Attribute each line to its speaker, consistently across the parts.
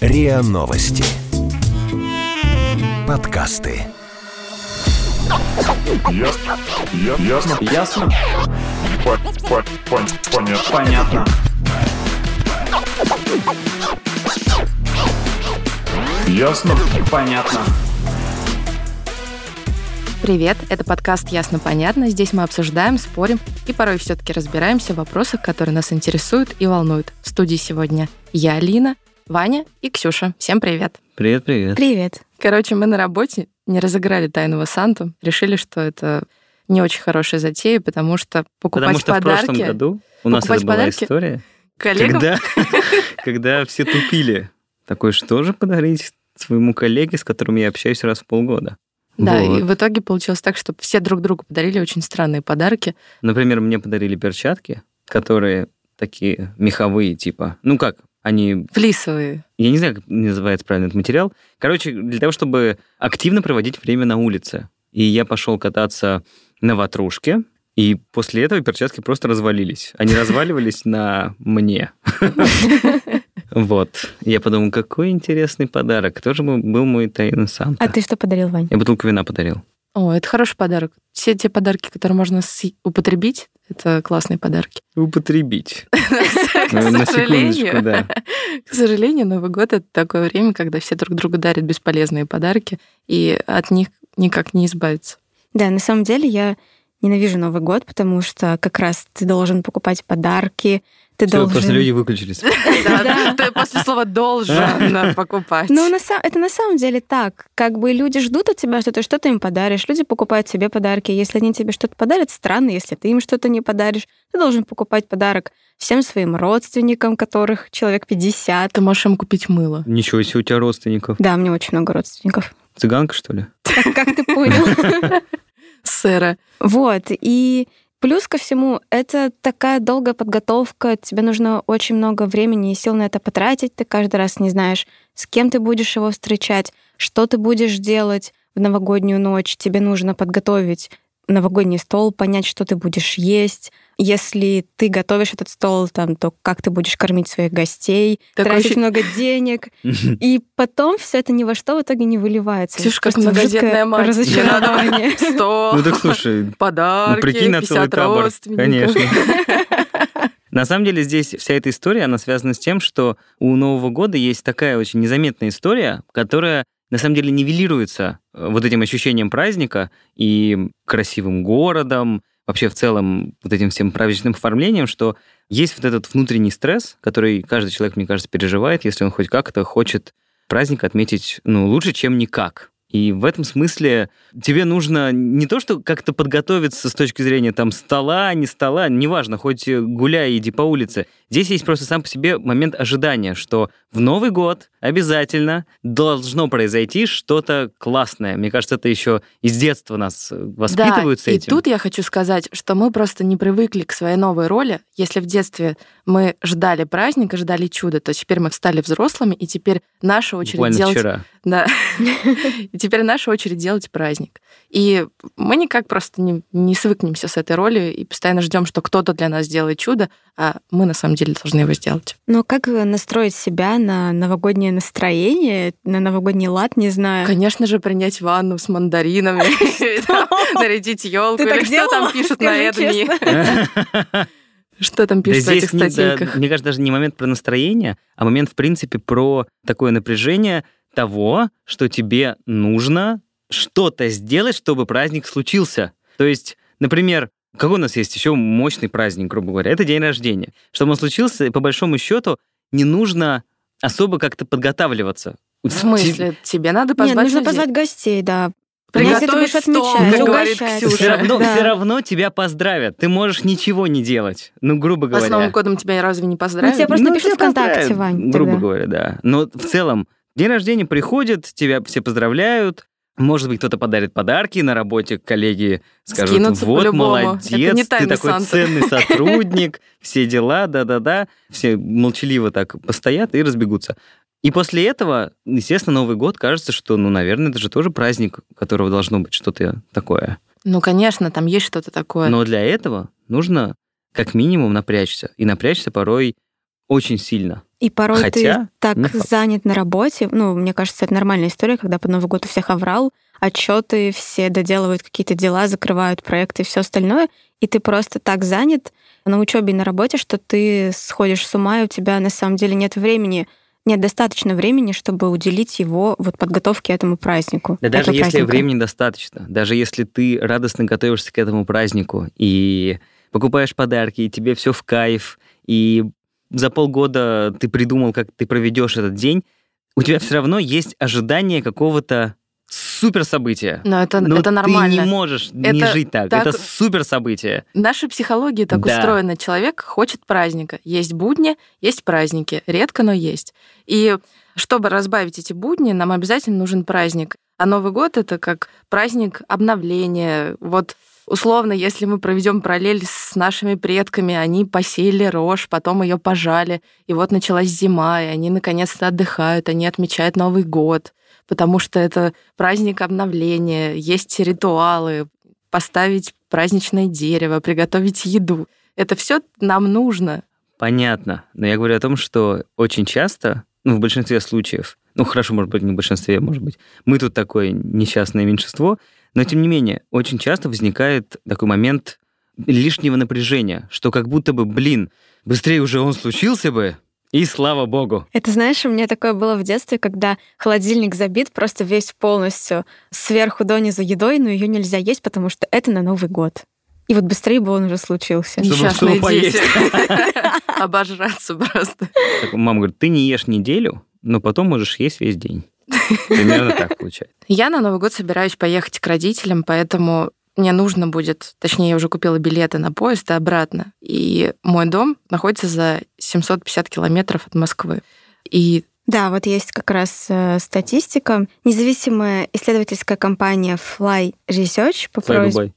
Speaker 1: РИА Новости. Подкасты.
Speaker 2: Ясно. Я- Ясно.
Speaker 3: Ясно?
Speaker 2: По- по- по- Понятно.
Speaker 3: Понятно.
Speaker 2: Ясно.
Speaker 3: Понятно.
Speaker 4: Привет, это подкаст «Ясно-понятно». Здесь мы обсуждаем, спорим и порой все-таки разбираемся в вопросах, которые нас интересуют и волнуют. В студии сегодня я, Алина, Ваня и Ксюша. Всем привет.
Speaker 5: Привет, привет.
Speaker 6: Привет.
Speaker 4: Короче, мы на работе не разыграли тайного Санту, решили, что это не очень хорошая затея, потому что покупать
Speaker 5: Потому что
Speaker 4: подарки
Speaker 5: в прошлом году у нас
Speaker 4: покупать
Speaker 5: это была
Speaker 4: подарки
Speaker 5: история,
Speaker 4: коллегам...
Speaker 5: когда, когда все тупили. Такой, что же подарить своему коллеге, с которым я общаюсь раз в полгода?
Speaker 4: Да,
Speaker 5: Вот.
Speaker 4: и в итоге получилось так, что все друг другу подарили очень странные подарки.
Speaker 5: Например, мне подарили перчатки, которые такие меховые, типа. Ну как, они...
Speaker 4: Флисовые.
Speaker 5: Я не знаю, как называется правильно этот материал. Короче, для того, чтобы активно проводить время на улице. И я пошел кататься на ватрушке, и после этого перчатки просто развалились. Они разваливались на мне. Вот. Я подумал, какой интересный подарок. Кто же был- был мой тайный Санта?
Speaker 6: А ты что подарил, Вань?
Speaker 5: Я бутылку вина подарил.
Speaker 4: О, это хороший подарок. Все те подарки, которые можно с- употребить, это классные подарки.
Speaker 5: Употребить.
Speaker 4: К
Speaker 5: Ну, На секундочку,
Speaker 4: сожалению.
Speaker 5: да.
Speaker 4: К сожалению, Новый год это такое время, когда все друг другу дарят бесполезные подарки, и от них никак не избавиться.
Speaker 6: Да, на самом деле я ненавижу Новый год, потому что как раз ты должен покупать подарки, ты
Speaker 5: Всё,
Speaker 6: должен...
Speaker 5: просто люди выключились.
Speaker 4: Да, ты После слова должен покупать.
Speaker 6: Ну, на са- это на самом деле так. Как бы люди ждут от тебя, что ты что-то им подаришь. Люди покупают себе подарки. Если они тебе что-то подарят, странно, если ты им что-то не подаришь. Ты должен покупать подарок всем своим родственникам, которых человек 50.
Speaker 4: Ты можешь им купить мыло.
Speaker 5: Ничего себе, у тебя родственников.
Speaker 6: Да, мне очень много родственников.
Speaker 5: Цыганка, что ли?
Speaker 6: Как- Как ты понял?
Speaker 4: Сэра.
Speaker 6: Вот, и плюс ко всему, это такая долгая подготовка, тебе нужно очень много времени и сил на это потратить, ты каждый раз не знаешь, с кем ты будешь его встречать, что ты будешь делать в новогоднюю ночь, тебе нужно подготовить новогодний стол, понять, что ты будешь есть. Если ты готовишь этот стол, там, то как ты будешь кормить своих гостей,
Speaker 4: Такое
Speaker 6: тратить
Speaker 4: ощущение-
Speaker 6: много денег.
Speaker 5: Ну
Speaker 6: И потом все это ни во что в итоге не выливается.
Speaker 4: Ксюша, как
Speaker 6: Просто жуткое
Speaker 4: многодетная мать.
Speaker 6: Разочарование.
Speaker 4: Стол,
Speaker 5: Ну так слушай,
Speaker 4: подарки,
Speaker 5: ну прикинь на целый
Speaker 4: 50
Speaker 5: табор.
Speaker 4: родственников.
Speaker 5: Конечно. На самом деле здесь вся эта история, она связана с тем, что у Нового года есть такая очень незаметная история, которая на самом деле нивелируется э, вот этим ощущением праздника и красивым городом, вообще в целом вот этим всем праздничным оформлением, что есть вот этот внутренний стресс, который каждый человек, мне кажется, переживает, если он хоть как-то хочет праздник отметить ну, лучше, чем никак. И в этом смысле тебе нужно не то, что как-то подготовиться с точки зрения там стола, не стола, неважно, хоть э, гуляй, иди по улице. Здесь есть просто сам по себе момент ожидания, что в Новый год обязательно должно произойти что-то классное. Мне кажется, это еще из детства нас э, воспитывают с
Speaker 4: да,
Speaker 5: этим.
Speaker 4: И тут я хочу сказать, что мы просто не привыкли к своей новой роли. Если в детстве мы ждали праздника, ждали чуда, то теперь мы стали взрослыми, и теперь наша очередь
Speaker 5: Буквально
Speaker 4: делать.
Speaker 5: вчера.
Speaker 4: Да. И теперь наша очередь делать праздник. И мы никак просто не, не свыкнемся с этой ролью и постоянно ждем, что кто-то для нас сделает чудо, а мы на самом деле должны его сделать.
Speaker 6: Но как э, настроить себя на новогоднее настроение, на новогодний лад, не знаю.
Speaker 4: Конечно же, принять ванну с мандаринами, нарядить елку,
Speaker 6: Ты так
Speaker 4: или что там
Speaker 6: делала?
Speaker 4: пишут на
Speaker 6: Скажи
Speaker 4: Эдми.
Speaker 6: честно.
Speaker 4: Что там
Speaker 5: Да
Speaker 4: пишут в этих
Speaker 5: здесь, не- да,
Speaker 4: статейках?
Speaker 5: мне кажется, даже не момент про настроение, а момент, в принципе, про такое напряжение того, что тебе нужно что-то сделать, чтобы праздник случился. То есть, например, какой у нас есть еще мощный праздник, грубо говоря, это день рождения. Чтобы он случился, по большому счету, не нужно особо как-то подготавливаться.
Speaker 4: В смысле, тебе надо
Speaker 6: Нет,
Speaker 4: позвать
Speaker 6: нужно
Speaker 4: людей?
Speaker 6: позвать гостей, да.
Speaker 4: Приготовить
Speaker 6: Если ты будешь
Speaker 4: стол,
Speaker 6: отмечать,
Speaker 4: говорит
Speaker 6: угощать.
Speaker 4: Ксюша.
Speaker 5: Все равно,
Speaker 6: Да.
Speaker 5: все равно тебя поздравят. Ты можешь ничего не делать. Ну, грубо
Speaker 4: А
Speaker 5: говоря.
Speaker 4: с Новым годом тебя разве не
Speaker 6: Ну, тебе
Speaker 4: поздравят?
Speaker 6: просто
Speaker 5: Ну,
Speaker 6: пишут
Speaker 5: тебя
Speaker 6: ВКонтакте,
Speaker 5: поздравляют,
Speaker 6: Вань.
Speaker 5: Грубо
Speaker 6: тогда.
Speaker 5: говоря, да. Но в целом, день рождения приходит, тебя все поздравляют, может быть, кто-то подарит подарки на работе, коллеги скажут,
Speaker 4: Скинутся
Speaker 5: вот,
Speaker 4: по-любому.
Speaker 5: молодец,
Speaker 4: Это не
Speaker 5: ты
Speaker 4: тайна
Speaker 5: такой
Speaker 4: Санты».
Speaker 5: ценный сотрудник, все дела, да-да-да. Все молчаливо так постоят и разбегутся. И после этого, естественно, Новый год кажется, что, ну, наверное, это же тоже праздник, у которого должно быть что-то такое.
Speaker 4: Ну, конечно, там есть что-то такое.
Speaker 5: Но для этого нужно как минимум напрячься. И напрячься порой очень сильно.
Speaker 6: И порой
Speaker 5: Хотя,
Speaker 6: ты так
Speaker 5: не факт.
Speaker 6: занят на работе. Ну, мне кажется, это нормальная история, когда под Новый год у всех оврал, отчеты, все доделывают какие-то дела, закрывают проекты и все остальное. И ты просто так занят на учебе и на работе, что ты сходишь с ума, и у тебя на самом деле нет времени, нет достаточно времени, чтобы уделить его вот подготовке этому празднику.
Speaker 5: Да даже
Speaker 6: этого
Speaker 5: если
Speaker 6: праздника.
Speaker 5: времени достаточно, даже если ты радостно готовишься к этому празднику и покупаешь подарки, и тебе все в кайф, и за полгода ты придумал, как ты проведешь этот день, у тебя все равно есть ожидание какого-то супер события.
Speaker 4: Но это,
Speaker 5: Но
Speaker 4: это нормально.
Speaker 5: ну Ты не можешь не
Speaker 4: Это
Speaker 5: жить так.
Speaker 4: так-
Speaker 5: Это супер событие.
Speaker 4: Наша психология так
Speaker 5: Да.
Speaker 4: устроена. Человек хочет праздника. Есть будни, есть праздники. Редко, но есть. И чтобы разбавить эти будни, нам обязательно нужен праздник. А Новый год это как праздник обновления. Вот условно, если мы проведем параллель с нашими предками, они посеяли рожь, потом ее пожали, и вот началась зима, и они наконец-то отдыхают, они отмечают Новый год, потому что это праздник обновления, есть ритуалы, поставить праздничное дерево, приготовить еду. Это все нам нужно.
Speaker 5: Понятно. Но я говорю о том, что очень часто, ну, в большинстве случаев, ну, хорошо, может быть, не в большинстве, может быть, мы тут такое несчастное меньшинство, но, тем не менее, очень часто возникает такой момент лишнего напряжения, что как будто бы, блин, быстрее уже он случился бы, и слава богу.
Speaker 6: Это, знаешь, у меня такое было в детстве, когда холодильник забит просто весь полностью сверху донизу едой, но ее нельзя есть, потому что это на Новый год. И вот быстрее бы он уже случился.
Speaker 5: Чтобы-
Speaker 4: Несчастные
Speaker 5: чтобы
Speaker 4: дети. Обожраться просто.
Speaker 5: Так мама говорит, ты не ешь неделю, но потом можешь есть весь день. Примерно так получается.
Speaker 4: Я на Новый год собираюсь поехать к родителям, поэтому мне нужно будет, точнее, я уже купила билеты на поезд и обратно. И мой дом находится за 750 километров от Москвы. И
Speaker 6: Да, вот есть как раз э, статистика. Независимая исследовательская компания Fly Research по
Speaker 5: Слава
Speaker 6: просьбе
Speaker 5: Дубай.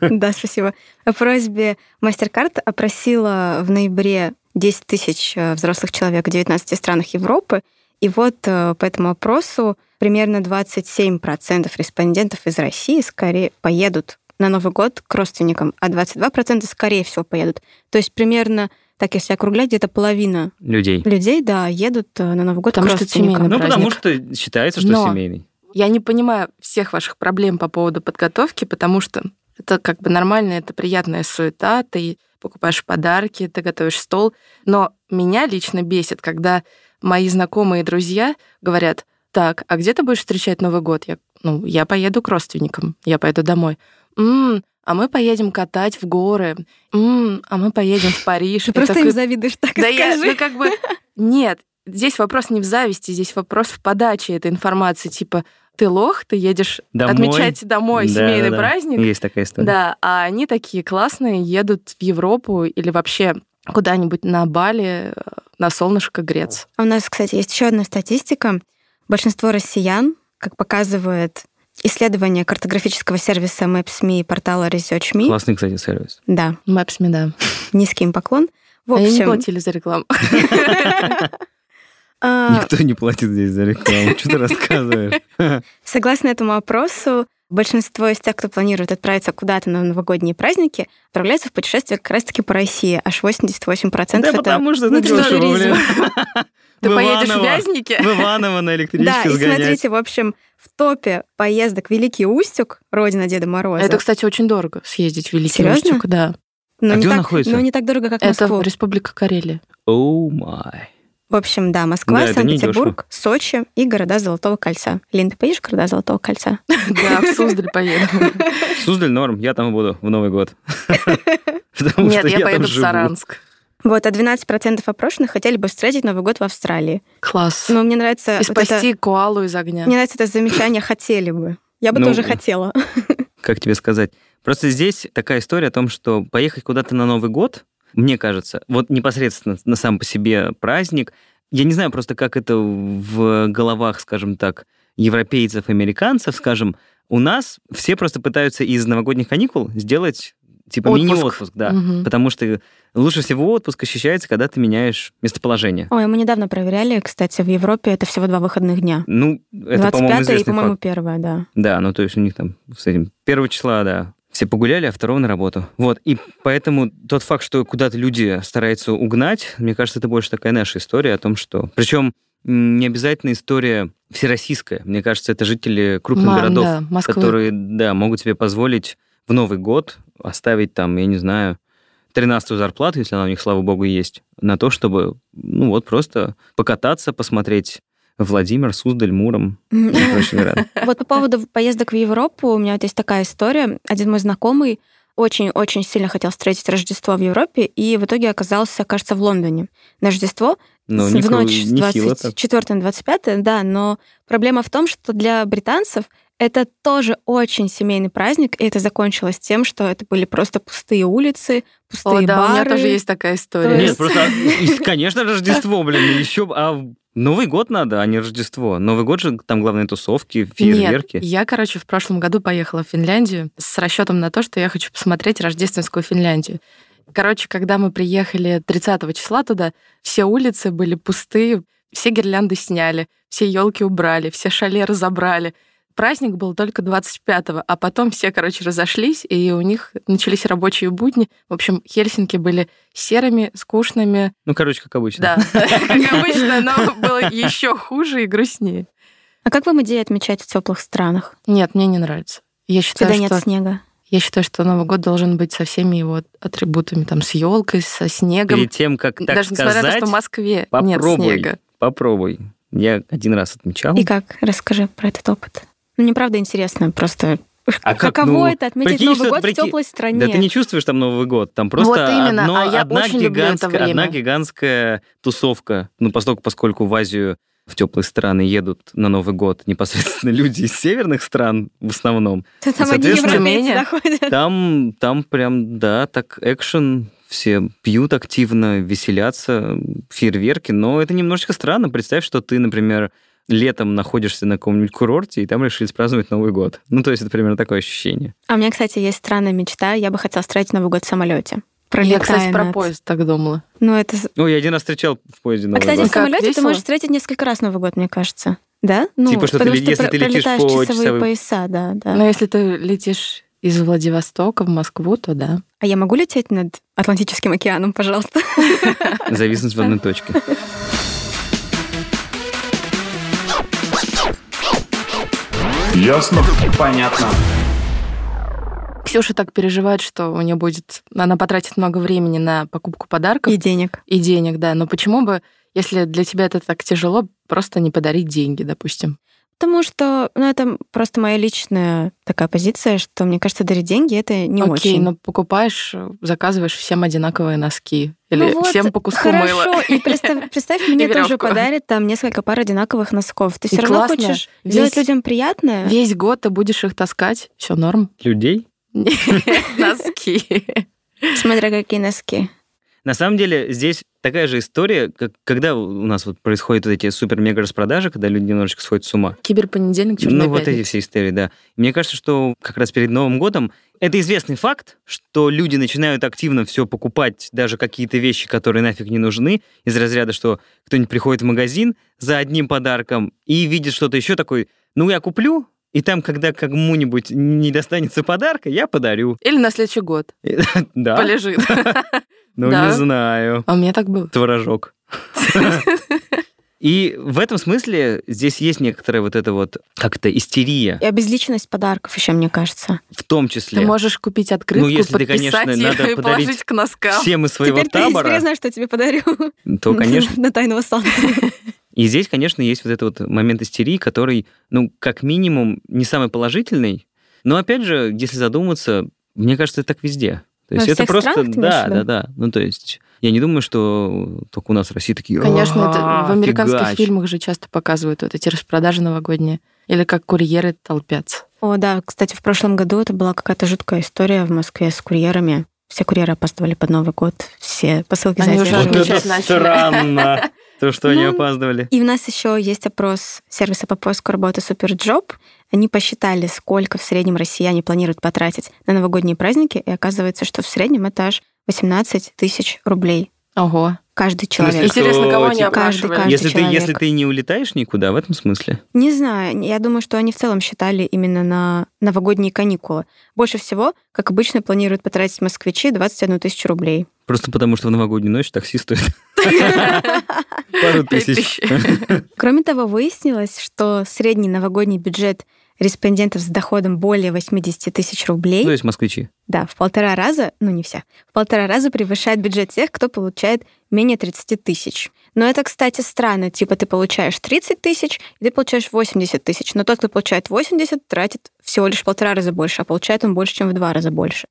Speaker 6: Да, спасибо. По просьбе MasterCard опросила в ноябре 10 тысяч э, взрослых человек в 19 странах Европы. И вот э, по этому опросу примерно 27% респондентов из России скорее поедут на Новый год к родственникам, а 22% скорее всего поедут. То есть примерно, так если округлять, где-то половина
Speaker 5: Людей.
Speaker 6: людей, да, едут э, на Новый год
Speaker 4: Потому
Speaker 6: к
Speaker 4: что
Speaker 6: родственникам.
Speaker 4: семейный
Speaker 5: Ну, потому
Speaker 4: праздник.
Speaker 5: что считается, что
Speaker 4: Но-
Speaker 5: семейный.
Speaker 4: Я не понимаю всех ваших проблем по поводу подготовки, потому что это как бы нормально, это приятная суета, ты покупаешь подарки, ты готовишь стол. Но меня лично бесит, когда мои знакомые и друзья говорят, так, а где ты будешь встречать Новый год? Я, ну, я поеду к родственникам, я поеду домой. «М, а мы поедем катать в горы. М, а мы поедем в Париж.
Speaker 6: Ты
Speaker 4: И
Speaker 6: просто
Speaker 4: такой,
Speaker 6: им завидуешь, так и
Speaker 4: да я,
Speaker 6: скажи.
Speaker 4: ну как бы, нет, здесь вопрос не в зависти, здесь вопрос в подаче этой информации, типа, ты лох, ты едешь
Speaker 5: Домой.
Speaker 4: отмечать домой
Speaker 5: Да,
Speaker 4: семейный
Speaker 5: да, да.
Speaker 4: праздник,
Speaker 5: Есть такая история.
Speaker 4: да, а они такие классные, едут в Европу или вообще куда-нибудь на Бали, э, на солнышко греться.
Speaker 6: А У нас, кстати, есть еще одна статистика. Большинство россиян, как показывает исследование картографического сервиса Maps.me и портала Research.me,
Speaker 5: Классный, кстати, сервис.
Speaker 6: да,
Speaker 4: Мэпсми, да.
Speaker 6: низкий им поклон. В
Speaker 4: Они А не
Speaker 6: общем,
Speaker 4: платили за рекламу.
Speaker 6: а,
Speaker 5: Никто не платит здесь за рекламу. Что ты рассказываешь?
Speaker 6: согласно этому опросу, большинство из тех, кто планирует отправиться куда-то на новогодние праздники, отправляются в путешествие как раз-таки по России. Аж 88%
Speaker 5: Да
Speaker 6: это...
Speaker 5: потому что это
Speaker 6: Ну, что
Speaker 5: дешево, блин.
Speaker 4: Ты
Speaker 5: В
Speaker 4: поедешь в
Speaker 5: Иваново.
Speaker 4: Вязники?
Speaker 5: В Иваново на
Speaker 6: Да,
Speaker 5: электричке
Speaker 6: и
Speaker 5: сгонять.
Speaker 6: смотрите, в общем, в топе поездок Великий Устюг, родина Деда Мороза.
Speaker 4: Это, кстати, очень дорого съездить в Великий
Speaker 6: Серьезно?
Speaker 4: Устюг, да.
Speaker 6: но,
Speaker 5: А
Speaker 6: не
Speaker 5: где он
Speaker 6: так,
Speaker 5: находится?
Speaker 6: но не так дорого, как
Speaker 4: Это
Speaker 6: Москву.
Speaker 4: Республика Карелия.
Speaker 5: Оу май.
Speaker 6: В общем, да, Москва,
Speaker 5: Да, это недешево.
Speaker 6: Санкт-Петербург, Сочи и города Золотого кольца. Лин, ты поедешь в города Золотого кольца?
Speaker 4: Да, в Суздаль поеду.
Speaker 5: Суздаль норм, я там и буду в Новый год. Потому
Speaker 4: Нет,
Speaker 5: что
Speaker 4: я
Speaker 5: там
Speaker 4: поеду в
Speaker 5: живу.
Speaker 4: Саранск.
Speaker 6: Вот, а 12% опрошенных хотели бы встретить Новый год в Австралии.
Speaker 4: Класс.
Speaker 6: Но мне нравится...
Speaker 4: и
Speaker 6: Э, вот это-
Speaker 4: спасти коалу из огня.
Speaker 6: Мне нравится это замечание «хотели бы». Я бы
Speaker 5: Ну,
Speaker 6: тоже хотела.
Speaker 5: Как тебе сказать? Просто здесь такая история о том, что поехать куда-то на Новый год, мне кажется, вот непосредственно на сам по себе праздник, я не знаю просто, как это в головах, скажем так, европейцев, американцев, скажем, у нас все просто пытаются из новогодних каникул сделать типа
Speaker 4: Отпуск.
Speaker 5: мини-отпуск, да.
Speaker 4: Мгм.
Speaker 5: Потому что лучше всего отпуск ощущается, когда ты меняешь местоположение.
Speaker 6: Ой, а мы недавно проверяли, кстати, в Европе это всего два выходных дня.
Speaker 5: Ну, это, по-моему,
Speaker 6: 25 и,
Speaker 5: известный
Speaker 6: по-моему,
Speaker 5: факт.
Speaker 6: первое, да.
Speaker 5: Да, ну то есть у них там с этим 1 числа, да, все погуляли, а второго на работу. Вот, и поэтому тот факт, что куда-то люди стараются угнать, мне кажется, это больше такая наша история о том, что... Причем не обязательно история всероссийская. Мне кажется, это жители крупных
Speaker 4: Мам,
Speaker 5: городов,
Speaker 4: да, Москвы.
Speaker 5: которые, да, могут себе позволить в Новый год оставить там, я не знаю, 13-ю зарплату, если она у них, слава богу, есть, на то, чтобы, ну вот, просто покататься, посмотреть Владимир, Суздаль, Муром и прочие города.
Speaker 6: Вот по поводу поездок в Европу, у меня вот есть такая история. Один мой знакомый очень-очень сильно хотел встретить Рождество в Европе, и в итоге оказался, кажется, в Лондоне на Рождество,
Speaker 5: Ну,
Speaker 6: с-
Speaker 5: не
Speaker 6: в
Speaker 5: кру-
Speaker 6: ночь с
Speaker 5: нехило так.
Speaker 6: 24 на 25, да, но проблема в том, что для британцев это тоже очень семейный праздник, и это закончилось тем, что это были просто пустые улицы, пустые
Speaker 4: О, да,
Speaker 6: бары.
Speaker 4: у меня тоже есть такая история.
Speaker 6: То
Speaker 5: Нет,
Speaker 6: есть-
Speaker 5: просто, а, и, конечно, Рождество, блин, еще, б- а в Новый год надо, а не Рождество. Новый год же там главные тусовки, фейерверки.
Speaker 4: Нет, я, короче, в прошлом году поехала в Финляндию с расчетом на то, что я хочу посмотреть рождественскую Финляндию. Короче, когда мы приехали 30 числа туда, все улицы были пустые, все гирлянды сняли, все елки убрали, все шале разобрали. Праздник был только 25-го, а потом все, короче, разошлись, и у них начались рабочие будни. В общем, Хельсинки были серыми, скучными.
Speaker 5: Ну, короче, как обычно.
Speaker 4: Да, как обычно, но было еще хуже и грустнее.
Speaker 6: А как вам идея отмечать в теплых странах,
Speaker 4: Нет, мне не нравится. Я считаю,
Speaker 6: когда
Speaker 4: что...
Speaker 6: нет снега?
Speaker 4: Я считаю, что Новый год должен быть со всеми его атрибутами, там, с елкой, со снегом.
Speaker 5: Перед тем, как так
Speaker 4: Даже несмотря на то,
Speaker 5: сказать,
Speaker 4: что в Москве
Speaker 5: попробуй.
Speaker 4: нет снега.
Speaker 5: попробуй. Я один раз отмечал.
Speaker 6: И как? Расскажи про этот опыт. Ну, мне правда интересно, просто
Speaker 5: А как,
Speaker 6: каково
Speaker 5: ну,
Speaker 6: это отметить
Speaker 5: прикинь,
Speaker 6: Новый
Speaker 5: что-
Speaker 6: год
Speaker 5: прикинь-
Speaker 6: в теплой стране?
Speaker 5: Да ты не чувствуешь там Новый год, там просто
Speaker 4: Вот именно,
Speaker 5: одно-
Speaker 4: а я
Speaker 5: одна,
Speaker 4: очень люблю это
Speaker 5: гигантская, одна
Speaker 4: время.
Speaker 5: гигантская тусовка. Ну, поскольку, поскольку в Азию в теплые страны едут на Новый год непосредственно люди из северных стран в основном,
Speaker 6: Да Там одни
Speaker 5: Соответственно,
Speaker 6: европейцы
Speaker 4: Армения.
Speaker 6: доходят.
Speaker 5: там, там прям, да, так экшен, все пьют активно, веселятся, фейерверки, но это немножечко странно. Представь, что ты, например, летом находишься на каком-нибудь курорте, и там решили праздновать Новый год. Ну, то есть это примерно такое ощущение.
Speaker 6: А у меня, кстати, есть странная мечта. Я бы хотела встретить Новый год в самолете.
Speaker 4: Я, кстати, про
Speaker 6: над-
Speaker 4: поезд так думала.
Speaker 6: Ну, это... с-
Speaker 5: Ну, я один раз встречал в поезде
Speaker 6: А,
Speaker 5: Новый
Speaker 6: кстати,
Speaker 5: год.
Speaker 6: в
Speaker 4: Как,
Speaker 6: самолете ты
Speaker 4: весело?
Speaker 6: можешь встретить несколько раз Новый год, мне кажется. Да? Ну,
Speaker 5: Типа, что ты
Speaker 6: потому
Speaker 5: ли- если
Speaker 6: про-
Speaker 5: ты летишь
Speaker 6: пролетаешь
Speaker 5: по
Speaker 6: часовые
Speaker 5: часовым-
Speaker 6: пояса, да, да.
Speaker 4: Но если ты летишь из Владивостока в Москву, то да.
Speaker 6: А я могу лететь над Атлантическим океаном, пожалуйста?
Speaker 5: Зависнуть в одной точке.
Speaker 2: Ясно?
Speaker 1: Понятно.
Speaker 4: Ксюша так переживает, что у нее будет... Она потратит много времени на покупку подарков
Speaker 6: И денег.
Speaker 4: и денег, да. Но почему бы, если для тебя это так тяжело, просто не подарить деньги, допустим?
Speaker 6: Потому что, ну, это просто моя личная такая позиция, что, мне кажется, дарить деньги — это не
Speaker 4: Окей, ну,
Speaker 6: очень.
Speaker 4: но покупаешь, э, заказываешь всем одинаковые носки. Или
Speaker 6: Ну вот,
Speaker 4: всем по куску
Speaker 6: хорошо.
Speaker 4: мыла.
Speaker 6: И представь, представь, мне тоже
Speaker 4: веревку.
Speaker 6: подарят там несколько пар одинаковых носков. Ты
Speaker 4: И
Speaker 6: все равно
Speaker 4: классно.
Speaker 6: хочешь
Speaker 4: Весь-
Speaker 6: сделать людям приятное.
Speaker 4: Весь год ты будешь их таскать, все норм.
Speaker 5: Людей?
Speaker 4: Носки.
Speaker 6: Смотря какие носки.
Speaker 5: На самом деле, здесь такая же история, как когда у нас вот происходят вот эти супер-мега распродажи, когда люди немножечко сходят с ума.
Speaker 4: Киберпонедельник,
Speaker 5: Ну,
Speaker 4: черная
Speaker 5: вот эти
Speaker 4: пятница.
Speaker 5: все истории, да. Мне кажется, что как раз перед Новым годом это известный факт, что люди начинают активно все покупать, даже какие-то вещи, которые нафиг не нужны, из разряда, что кто-нибудь приходит в магазин за одним подарком и видит что-то еще такой, ну, я куплю, и там, когда кому-нибудь не достанется подарка, я подарю.
Speaker 4: Или на следующий год
Speaker 5: Да,
Speaker 4: полежит.
Speaker 5: ну,
Speaker 4: да.
Speaker 5: не знаю.
Speaker 4: А у меня так было.
Speaker 5: Творожок. И в этом смысле здесь есть некоторая вот эта вот как-то истерия,
Speaker 6: И обезличенность подарков еще, мне кажется.
Speaker 5: в том числе.
Speaker 4: Ты можешь купить открытку,
Speaker 5: Ну, если ты,
Speaker 4: подписать
Speaker 5: конечно,
Speaker 4: ее
Speaker 5: надо
Speaker 4: и
Speaker 5: подарить
Speaker 4: положить к носкам.
Speaker 5: всем из своего
Speaker 6: Теперь ты теперь
Speaker 5: табора,
Speaker 6: знаешь, что тебе подарю.
Speaker 5: то, конечно.
Speaker 6: На тайного Санту.
Speaker 5: И здесь, конечно, есть вот этот вот момент истерии, который, ну, как минимум, не самый положительный. Но, опять же, если задуматься, мне кажется, это так везде. То
Speaker 6: Во
Speaker 5: есть это
Speaker 6: всех
Speaker 5: просто...
Speaker 6: странах
Speaker 5: да,
Speaker 6: ты имеешь в
Speaker 5: да,
Speaker 6: виду?
Speaker 5: да. Ну, то есть я не думаю, что только у нас в России такие...
Speaker 4: Конечно, это
Speaker 5: «А,
Speaker 4: в американских
Speaker 5: фигач».
Speaker 4: фильмах же часто показывают вот эти распродажи новогодние. Или как курьеры толпятся.
Speaker 6: О, да, кстати, в прошлом году это была какая-то жуткая история в Москве с курьерами. Все курьеры опаздывали под Новый год, все посылки
Speaker 4: Они уже
Speaker 5: Вот
Speaker 6: задерживались.
Speaker 4: отмечать
Speaker 5: это
Speaker 4: начали.
Speaker 5: странно, то, что они
Speaker 6: Ну,
Speaker 5: опаздывали.
Speaker 6: И у нас еще есть опрос сервиса по поиску работы Суперджоп. Они посчитали, сколько в среднем россияне планируют потратить на новогодние праздники, и оказывается, что в среднем это аж 18 тысяч рублей
Speaker 4: Ого.
Speaker 6: Каждый
Speaker 5: смысле,
Speaker 6: человек.
Speaker 5: кто
Speaker 4: Интересно, кого они
Speaker 5: тебе-
Speaker 4: опрашивали?
Speaker 6: Каждый
Speaker 5: Если ты,
Speaker 6: человек.
Speaker 5: если ты не улетаешь никуда, в этом смысле.
Speaker 6: Не знаю, я думаю, что они в целом считали именно на новогодние каникулы. Больше всего, как обычно, планируют потратить москвичи 21 тысячу рублей.
Speaker 5: Просто потому, что в новогоднюю ночь такси стоит пару
Speaker 4: Пять
Speaker 5: тысяч.
Speaker 6: Кроме того, выяснилось, что средний новогодний бюджет респондентов с доходом более 80 тысяч рублей,
Speaker 5: То есть москвичи.
Speaker 6: да, в полтора раза, ну не вся, в полтора раза превышает бюджет тех, кто получает менее 30 тысяч. Но это, кстати, странно. Типа ты получаешь 30 тысяч, и ты получаешь 80 тысяч. Но тот, кто получает 80, тратит всего лишь в полтора раза больше, а получает он больше, чем в два раза больше.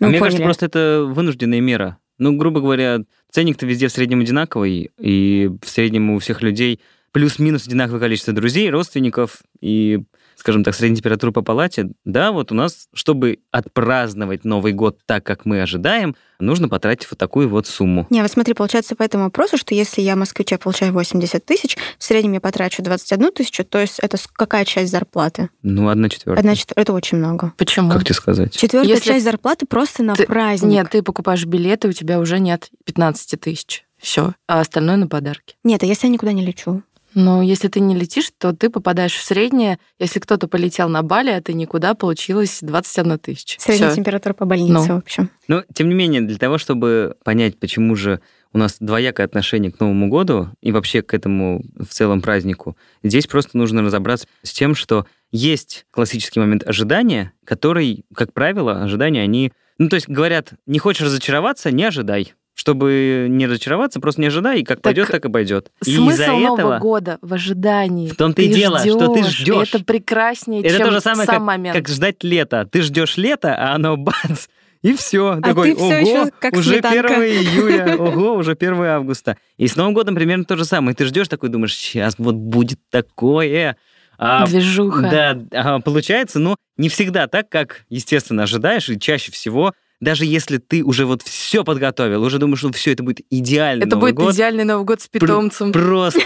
Speaker 5: А
Speaker 6: Ну,
Speaker 5: мне
Speaker 6: поняли.
Speaker 5: кажется, просто это вынужденная мера. Ну, грубо говоря, ценник-то везде в среднем одинаковый, и в среднем у всех людей плюс-минус одинаковое количество друзей, родственников и, скажем так, средняя температура по палате. Да, вот у нас, чтобы отпраздновать Новый год так, как мы ожидаем, нужно потратить вот такую вот сумму.
Speaker 6: Не, вот смотри, получается по этому вопросу, что если я москвича получаю 80 тысяч, в среднем я потрачу 21 тысячу, то есть это с- какая часть зарплаты?
Speaker 5: Ну, одна четвертая.
Speaker 6: Одна четвер- Это очень много.
Speaker 4: Почему?
Speaker 5: Как тебе сказать?
Speaker 6: Четвертая
Speaker 4: Если-
Speaker 6: часть зарплаты просто на
Speaker 4: Ты-
Speaker 6: праздник.
Speaker 4: Нет, ты покупаешь билеты, у тебя уже нет 15 тысяч. Все. А остальное на подарки.
Speaker 6: Нет, а если я никуда не лечу?
Speaker 4: Но если ты не летишь, то ты попадаешь в среднее. Если кто-то полетел на Бали, а ты никуда, получилось 21 тысяча.
Speaker 6: Средняя
Speaker 4: Всё.
Speaker 6: температура по больнице,
Speaker 4: Ну.
Speaker 6: в общем.
Speaker 5: Но, тем не менее, для того, чтобы понять, почему же у нас двоякое отношение к Новому году и вообще к этому в целом празднику, здесь просто нужно разобраться с тем, что есть классический момент ожидания, который, как правило, ожидания, они... Ну, то есть говорят, не хочешь разочароваться, не ожидай. Чтобы не разочароваться, просто не ожидай, и как
Speaker 4: Так
Speaker 5: пойдет, так и пойдет. И из-за
Speaker 4: Смысл Нового
Speaker 5: этого...
Speaker 4: года в ожидании.
Speaker 5: В том-то и дело, что ты ждёшь.
Speaker 4: и Это прекраснее,
Speaker 5: Это
Speaker 4: чем
Speaker 5: то же самое,
Speaker 4: сам
Speaker 5: как,
Speaker 4: момент.
Speaker 5: как ждать лета. Ты ждешь лета, а оно бац, и все.
Speaker 6: А
Speaker 5: Такой,
Speaker 6: ты всё
Speaker 5: ого,
Speaker 6: ещё как
Speaker 5: уже
Speaker 6: сметанка».
Speaker 5: 1 июля, ого, уже 1 августа. И с Новым годом примерно то же самое. Ты ждешь такой, думаешь, сейчас вот будет такое. А,
Speaker 4: Движуха.
Speaker 5: да, а, получается, но не всегда так, как, естественно, ожидаешь, и чаще всего, даже если ты уже вот все подготовил, уже думаешь, ну все, это будет идеально.
Speaker 4: Это будет идеальный Новый год с питомцем.
Speaker 5: Просто.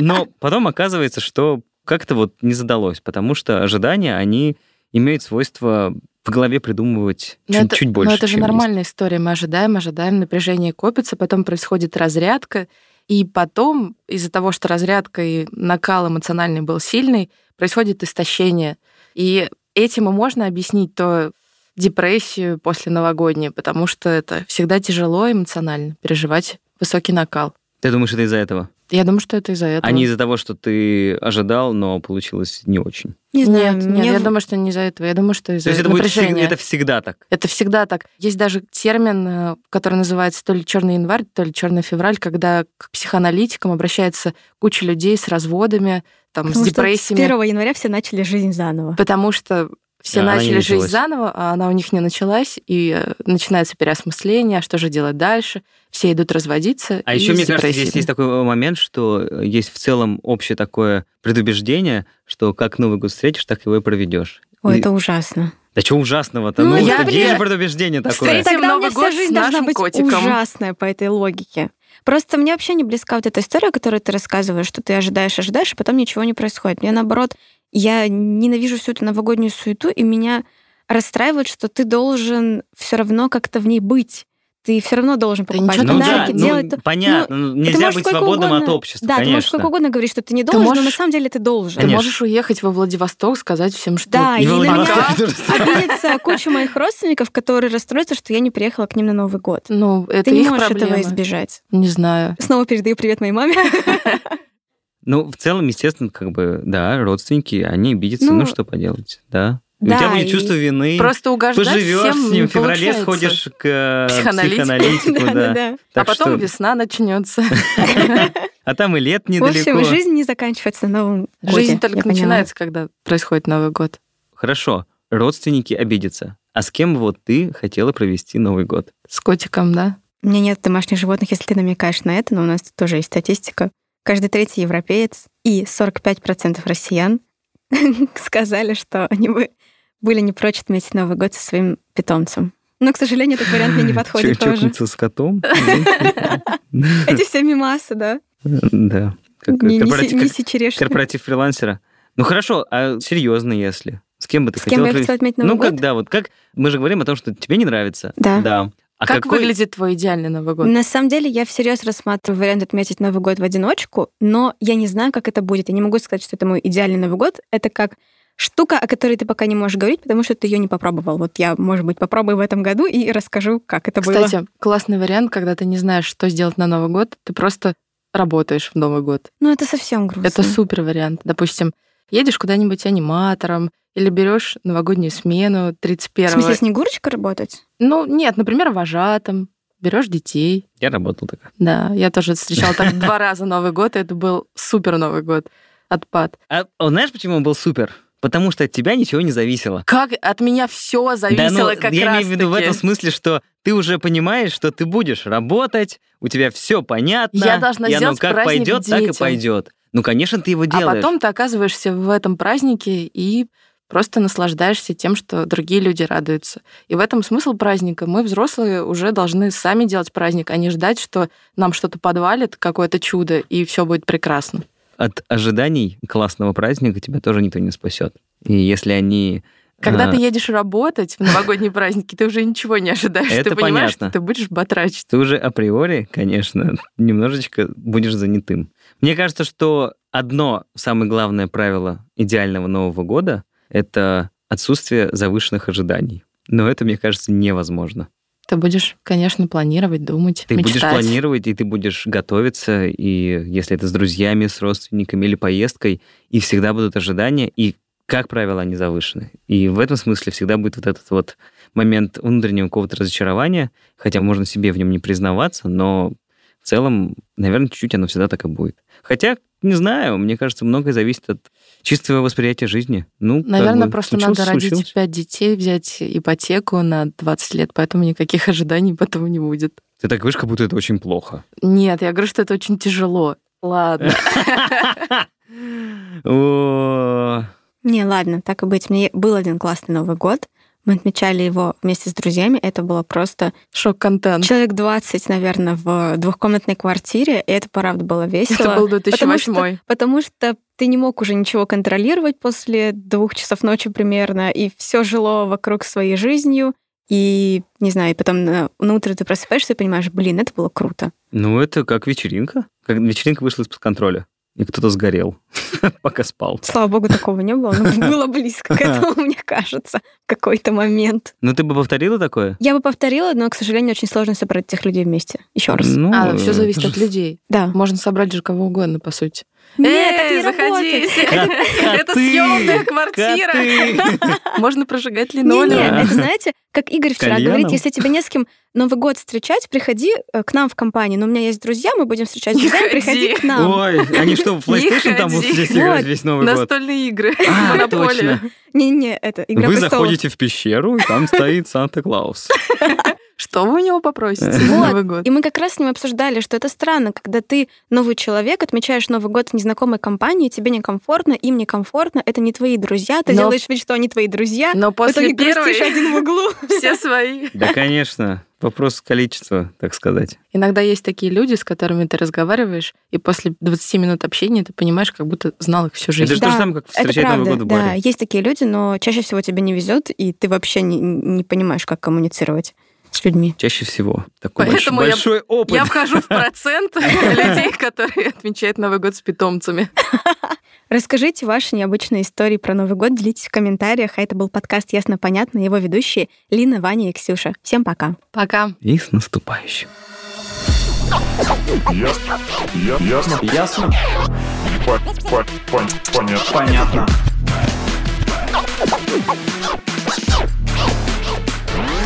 Speaker 5: Но потом оказывается, что как-то вот не задалось, потому что ожидания, они имеют свойство в голове придумывать
Speaker 4: Но
Speaker 5: чуть,
Speaker 4: это,
Speaker 5: чуть
Speaker 4: но
Speaker 5: больше.
Speaker 4: это же
Speaker 5: чем есть.
Speaker 4: нормальная история. Мы ожидаем, ожидаем, напряжение копится, потом происходит разрядка, и потом из-за того, что разрядка и накал эмоциональный был сильный, происходит истощение. И этим и можно объяснить то депрессию после новогодней, потому что это всегда тяжело эмоционально переживать высокий накал.
Speaker 5: Ты думаешь, это из-за этого?
Speaker 4: Я думаю, что это из-за этого.
Speaker 5: А не из-за того, что ты ожидал, но получилось не очень.
Speaker 6: Не знаю,
Speaker 4: Нет,
Speaker 6: мне
Speaker 4: нет, я
Speaker 6: в-
Speaker 4: думаю, что не из-за этого. Я думаю, что
Speaker 5: То
Speaker 4: из-за
Speaker 5: есть это будет всег-
Speaker 4: напряжения.
Speaker 5: это всегда так.
Speaker 4: Это всегда так. Есть даже термин, э, который называется то ли черный январь, то ли черный февраль, когда к психоаналитикам обращается куча людей с разводами, там,
Speaker 6: Потому
Speaker 4: с
Speaker 6: что
Speaker 4: депрессиями,
Speaker 6: С 1 января все начали жизнь заново.
Speaker 4: потому что все
Speaker 5: Да, она не
Speaker 4: начали жизнь
Speaker 5: началась.
Speaker 4: заново, а она у них не началась, и э, начинается переосмысление, а что же делать дальше? Все идут разводиться.
Speaker 5: А
Speaker 4: и
Speaker 5: еще,
Speaker 4: с
Speaker 5: мне кажется, здесь
Speaker 4: депрессиями.
Speaker 5: есть такой момент, что есть в целом общее такое предубеждение, что как Новый год встретишь, так его и проведешь.
Speaker 6: Ой,
Speaker 5: И-
Speaker 6: это ужасно.
Speaker 5: Да что ужасного-то?
Speaker 6: Ну,
Speaker 5: Ну,
Speaker 4: я,
Speaker 5: это- есть
Speaker 4: блин,
Speaker 5: же предубеждение такое.
Speaker 4: встретила- Встретим
Speaker 6: Тогда у меня
Speaker 4: Новый
Speaker 6: вся
Speaker 4: год с
Speaker 6: жизнь должна
Speaker 4: нашим
Speaker 6: быть
Speaker 4: котиком.
Speaker 6: ужасная по этой логике. Просто мне вообще не близка вот эта история, которую ты рассказываешь, что ты ожидаешь, ожидаешь, а потом ничего не происходит. Мне наоборот, я ненавижу всю эту новогоднюю суету, и меня расстраивает, что ты должен все равно как-то в ней быть. Ты все равно должен
Speaker 4: Да
Speaker 6: покупать
Speaker 4: ничего ты
Speaker 5: Ну да,
Speaker 6: подарки,
Speaker 4: такого.
Speaker 5: ну,
Speaker 6: делать то-
Speaker 5: понятно, ну,
Speaker 6: Ты
Speaker 5: нельзя
Speaker 6: можешь
Speaker 5: быть
Speaker 6: сколько
Speaker 5: свободным
Speaker 6: угодно-
Speaker 5: от общества,
Speaker 6: Да, ты можешь
Speaker 5: конечно.
Speaker 6: сколько угодно говорить, что ты не должен, но на
Speaker 4: можешь-
Speaker 6: самом деле ты должен.
Speaker 4: Ты
Speaker 5: Конечно.
Speaker 4: можешь уехать во Владивосток, сказать всем, что
Speaker 6: Да,
Speaker 5: И
Speaker 6: и на
Speaker 5: Владимир
Speaker 6: меня
Speaker 5: Владимирович тоже самое.
Speaker 6: обидится куча моих родственников, которые расстроятся, что я не приехала к ним на Новый год.
Speaker 4: ну, это
Speaker 6: Ты не
Speaker 4: их
Speaker 6: можешь
Speaker 4: проблема.
Speaker 6: этого избежать.
Speaker 4: Не знаю.
Speaker 6: Снова передаю привет моей маме.
Speaker 5: Ну, в целом, естественно, как бы, да, родственники, они обидятся, ну,
Speaker 6: Ну,
Speaker 5: что поделать, да. И У
Speaker 6: да,
Speaker 5: тебя будет
Speaker 6: и
Speaker 5: чувство вины.
Speaker 4: Просто угождать
Speaker 5: Поживешь
Speaker 4: всем
Speaker 5: с ним,
Speaker 4: не
Speaker 5: в феврале
Speaker 4: получается.
Speaker 5: сходишь к э,
Speaker 4: Психоаналитику.
Speaker 5: психоаналитику, Типа, да.
Speaker 6: Да-да-да.
Speaker 4: А
Speaker 5: Так
Speaker 4: потом
Speaker 5: что-
Speaker 4: весна начнется.
Speaker 5: А там и лет
Speaker 6: В общем,
Speaker 5: недалеко.
Speaker 6: жизнь не заканчивается на Новом году.
Speaker 4: Жизнь только начинается, когда происходит Новый год.
Speaker 5: Хорошо, родственники обидятся. А с кем вот ты хотела провести Новый год?
Speaker 4: С котиком, да?
Speaker 6: У меня нет домашних животных, если ты намекаешь на это, но у нас тут тоже есть статистика. Каждый третий европеец и 45% россиян сказали, что они бы были не прочь отметить Новый год со своим питомцем. Но, к сожалению, этот вариант мне не подходит
Speaker 5: Чё,
Speaker 6: тоже.
Speaker 5: чокнуться с котом?
Speaker 6: Эти все мимасы, да?
Speaker 5: Ну, Да. Как э,
Speaker 6: Не- не се-
Speaker 5: корпоратив-
Speaker 6: не
Speaker 5: как
Speaker 6: сечерешься.
Speaker 5: корпоратив фрилансера. Ну хорошо, а серьезно, если? С кем бы ты
Speaker 6: С кем бы я
Speaker 5: провести?
Speaker 6: хотела отметить Новый
Speaker 5: Ну,
Speaker 6: год?
Speaker 5: когда вот как мы же говорим о том, что тебе не нравится.
Speaker 6: Да.
Speaker 5: Да. А
Speaker 4: как
Speaker 5: какой-
Speaker 4: выглядит твой идеальный Новый год?
Speaker 6: На самом деле, я всерьез рассматриваю вариант отметить Новый год в одиночку, но я не знаю, как это будет. Я не могу сказать, что это мой идеальный Новый год. Это как штука, о которой ты пока не можешь говорить, потому что ты ее не попробовал. Вот я, может быть, попробую в этом году и расскажу, как это было.
Speaker 4: Кстати, классный вариант, когда ты не знаешь, что сделать на Новый год, ты просто работаешь в Новый год.
Speaker 6: Ну, это совсем грустно.
Speaker 4: Это супер вариант. Допустим, едешь куда-нибудь аниматором или берешь новогоднюю смену
Speaker 6: В
Speaker 4: 31
Speaker 6: смысле, снегурочка работать?
Speaker 4: Ну, нет, например, вожатым, берешь детей.
Speaker 5: Я работал так.
Speaker 4: Да, я тоже встречала так два раза Новый год, и это был супер Новый год. Отпад.
Speaker 5: А а знаешь, почему он был супер? Потому что от тебя ничего не зависело.
Speaker 4: Как от меня все
Speaker 5: Да, ну,
Speaker 4: зависело как
Speaker 5: я
Speaker 4: раз
Speaker 5: имею в виду в этом смысле, что ты уже понимаешь, что ты будешь работать, у тебя все понятно.
Speaker 4: Я должна
Speaker 5: и оно
Speaker 4: сделать
Speaker 5: как
Speaker 4: праздник
Speaker 5: пойдет, так и
Speaker 4: детям.
Speaker 5: пойдет. Ну, конечно, ты его
Speaker 4: А
Speaker 5: делаешь.
Speaker 4: потом ты оказываешься в этом празднике и просто наслаждаешься тем, что другие люди радуются. И в этом смысл праздника. Мы, взрослые, уже должны сами делать праздник, а не ждать, что нам что-то подвалит, какое-то чудо, и все будет прекрасно.
Speaker 5: От ожиданий классного праздника тебя тоже никто не спасет. И если они...
Speaker 4: Когда
Speaker 5: а,
Speaker 4: ты едешь работать в новогодние праздники, ты уже ничего не ожидаешь.
Speaker 5: Это
Speaker 4: ты понимаешь,
Speaker 5: понятно.
Speaker 4: что ты будешь батрачить.
Speaker 5: ты уже априори, конечно, немножечко будешь занятым. Мне кажется, что одно самое главное правило идеального Нового года — это отсутствие завышенных ожиданий. Но это, мне кажется, невозможно.
Speaker 4: Ты будешь, конечно, планировать, думать,
Speaker 5: Ты будешь
Speaker 4: мечтать.
Speaker 5: планировать, и ты будешь готовиться, и если это с друзьями, с родственниками или поездкой, и всегда будут ожидания, и, как правило, они завышены. И в этом смысле всегда будет вот этот вот момент внутреннего какого-то разочарования, хотя можно себе в нем не признаваться, но в целом, наверное, чуть-чуть оно всегда так и будет. Хотя, не знаю, мне кажется, многое зависит от чистого восприятия жизни. Ну, как
Speaker 4: Наверное,
Speaker 5: бы,
Speaker 4: просто
Speaker 5: случилось,
Speaker 4: надо родить
Speaker 5: случилось.
Speaker 4: пять детей, взять ипотеку на 20 лет, поэтому никаких ожиданий потом не будет.
Speaker 5: Ты так говоришь, как будто это очень плохо.
Speaker 4: Нет, я говорю, что это очень тяжело. Ладно.
Speaker 5: Э. О,
Speaker 6: Не, ладно, так и быть. Мне был один классный Новый год. Мы отмечали его вместе с друзьями. Это было просто
Speaker 4: Шок-контент.
Speaker 6: человек 20, наверное, в двухкомнатной квартире. И это, правда, было весело.
Speaker 4: Это был
Speaker 6: Потому что-
Speaker 4: 2008
Speaker 6: Потому что ты не мог уже ничего контролировать после двух часов ночи примерно, и все жило вокруг своей жизнью. И, не знаю, и потом на, на утро ты просыпаешься и понимаешь, блин, это было круто.
Speaker 5: Ну, это как вечеринка. Как вечеринка вышла из-под контроля. И кто-то сгорел, пока спал.
Speaker 6: Слава богу, такого не было, но было близко к этому, мне кажется, в какой-то момент.
Speaker 5: Ну, ты бы повторила такое?
Speaker 6: Я бы повторила, но, к сожалению, очень сложно собрать этих людей вместе. Еще раз.
Speaker 5: Ну,
Speaker 4: А, все
Speaker 5: э,
Speaker 4: зависит
Speaker 5: это
Speaker 4: от
Speaker 5: же-
Speaker 4: людей.
Speaker 6: Да.
Speaker 4: Можно собрать же кого угодно, по сути.
Speaker 6: Нет, так не работает.
Speaker 4: заходи. Это
Speaker 5: Коты!
Speaker 4: съемная квартира.
Speaker 5: Коты! А,
Speaker 4: Можно прожигать
Speaker 6: Не,
Speaker 4: линолеум.
Speaker 5: Да.
Speaker 6: это знаете, как Игорь вчера
Speaker 5: Кальяном?
Speaker 6: говорит, если тебе не с кем Новый год встречать, приходи э, к нам в компанию. Но у меня есть друзья, мы будем встречать с
Speaker 4: Не
Speaker 6: друзьями,
Speaker 4: ходи.
Speaker 6: приходи к нам.
Speaker 5: Ой, они что, в
Speaker 4: Не
Speaker 5: PlayStation там вот
Speaker 4: ходи.
Speaker 5: здесь играть
Speaker 6: Вот,
Speaker 5: весь Новый год?
Speaker 4: Настольные игры.
Speaker 5: А,
Speaker 4: Монополия.
Speaker 5: точно.
Speaker 6: Не-не, это «Игра
Speaker 5: Вы
Speaker 6: престолов».
Speaker 5: заходите в пещеру, и там стоит Санта-Клаус.
Speaker 4: Что вы у него попросите
Speaker 6: Вот.
Speaker 4: на Новый год?
Speaker 6: И мы как раз с ним обсуждали, что это странно, когда ты новый человек, отмечаешь Новый год в незнакомой компании, тебе некомфортно, им некомфортно, это не твои друзья, ты
Speaker 4: Но-
Speaker 6: делаешь вид, что они твои друзья, а
Speaker 4: Но после
Speaker 6: потом грустишь
Speaker 4: первой
Speaker 6: один в углу.
Speaker 4: все свои.
Speaker 5: Да, конечно. Вопрос количества, так сказать.
Speaker 4: Иногда есть такие люди, с которыми ты разговариваешь, и после 20 минут общения ты понимаешь, как будто знал их всю жизнь.
Speaker 5: Это же то
Speaker 6: Да,
Speaker 5: же самое, как
Speaker 6: Это
Speaker 5: встречать Новый год
Speaker 6: правда,
Speaker 5: в
Speaker 6: да,
Speaker 5: баре.
Speaker 6: есть такие люди, но чаще всего тебе не везет, и ты вообще не, не понимаешь, как коммуницировать с людьми.
Speaker 5: Чаще всего. Такой больш-
Speaker 4: Поэтому я-
Speaker 5: большой опыт.
Speaker 4: Я вхожу в процент людей, которые отмечают Новый год с питомцами.
Speaker 6: Расскажите ваши необычные истории про Новый год, делитесь в комментариях. А это был подкаст «Ясно, понятно», его ведущие Лина, Ваня и Ксюша. Всем пока!
Speaker 4: Пока.
Speaker 5: И с наступающим.
Speaker 2: Яс- я- Ясно.
Speaker 1: Ясно?
Speaker 2: По- по- пон- Понятно.
Speaker 1: Понятно.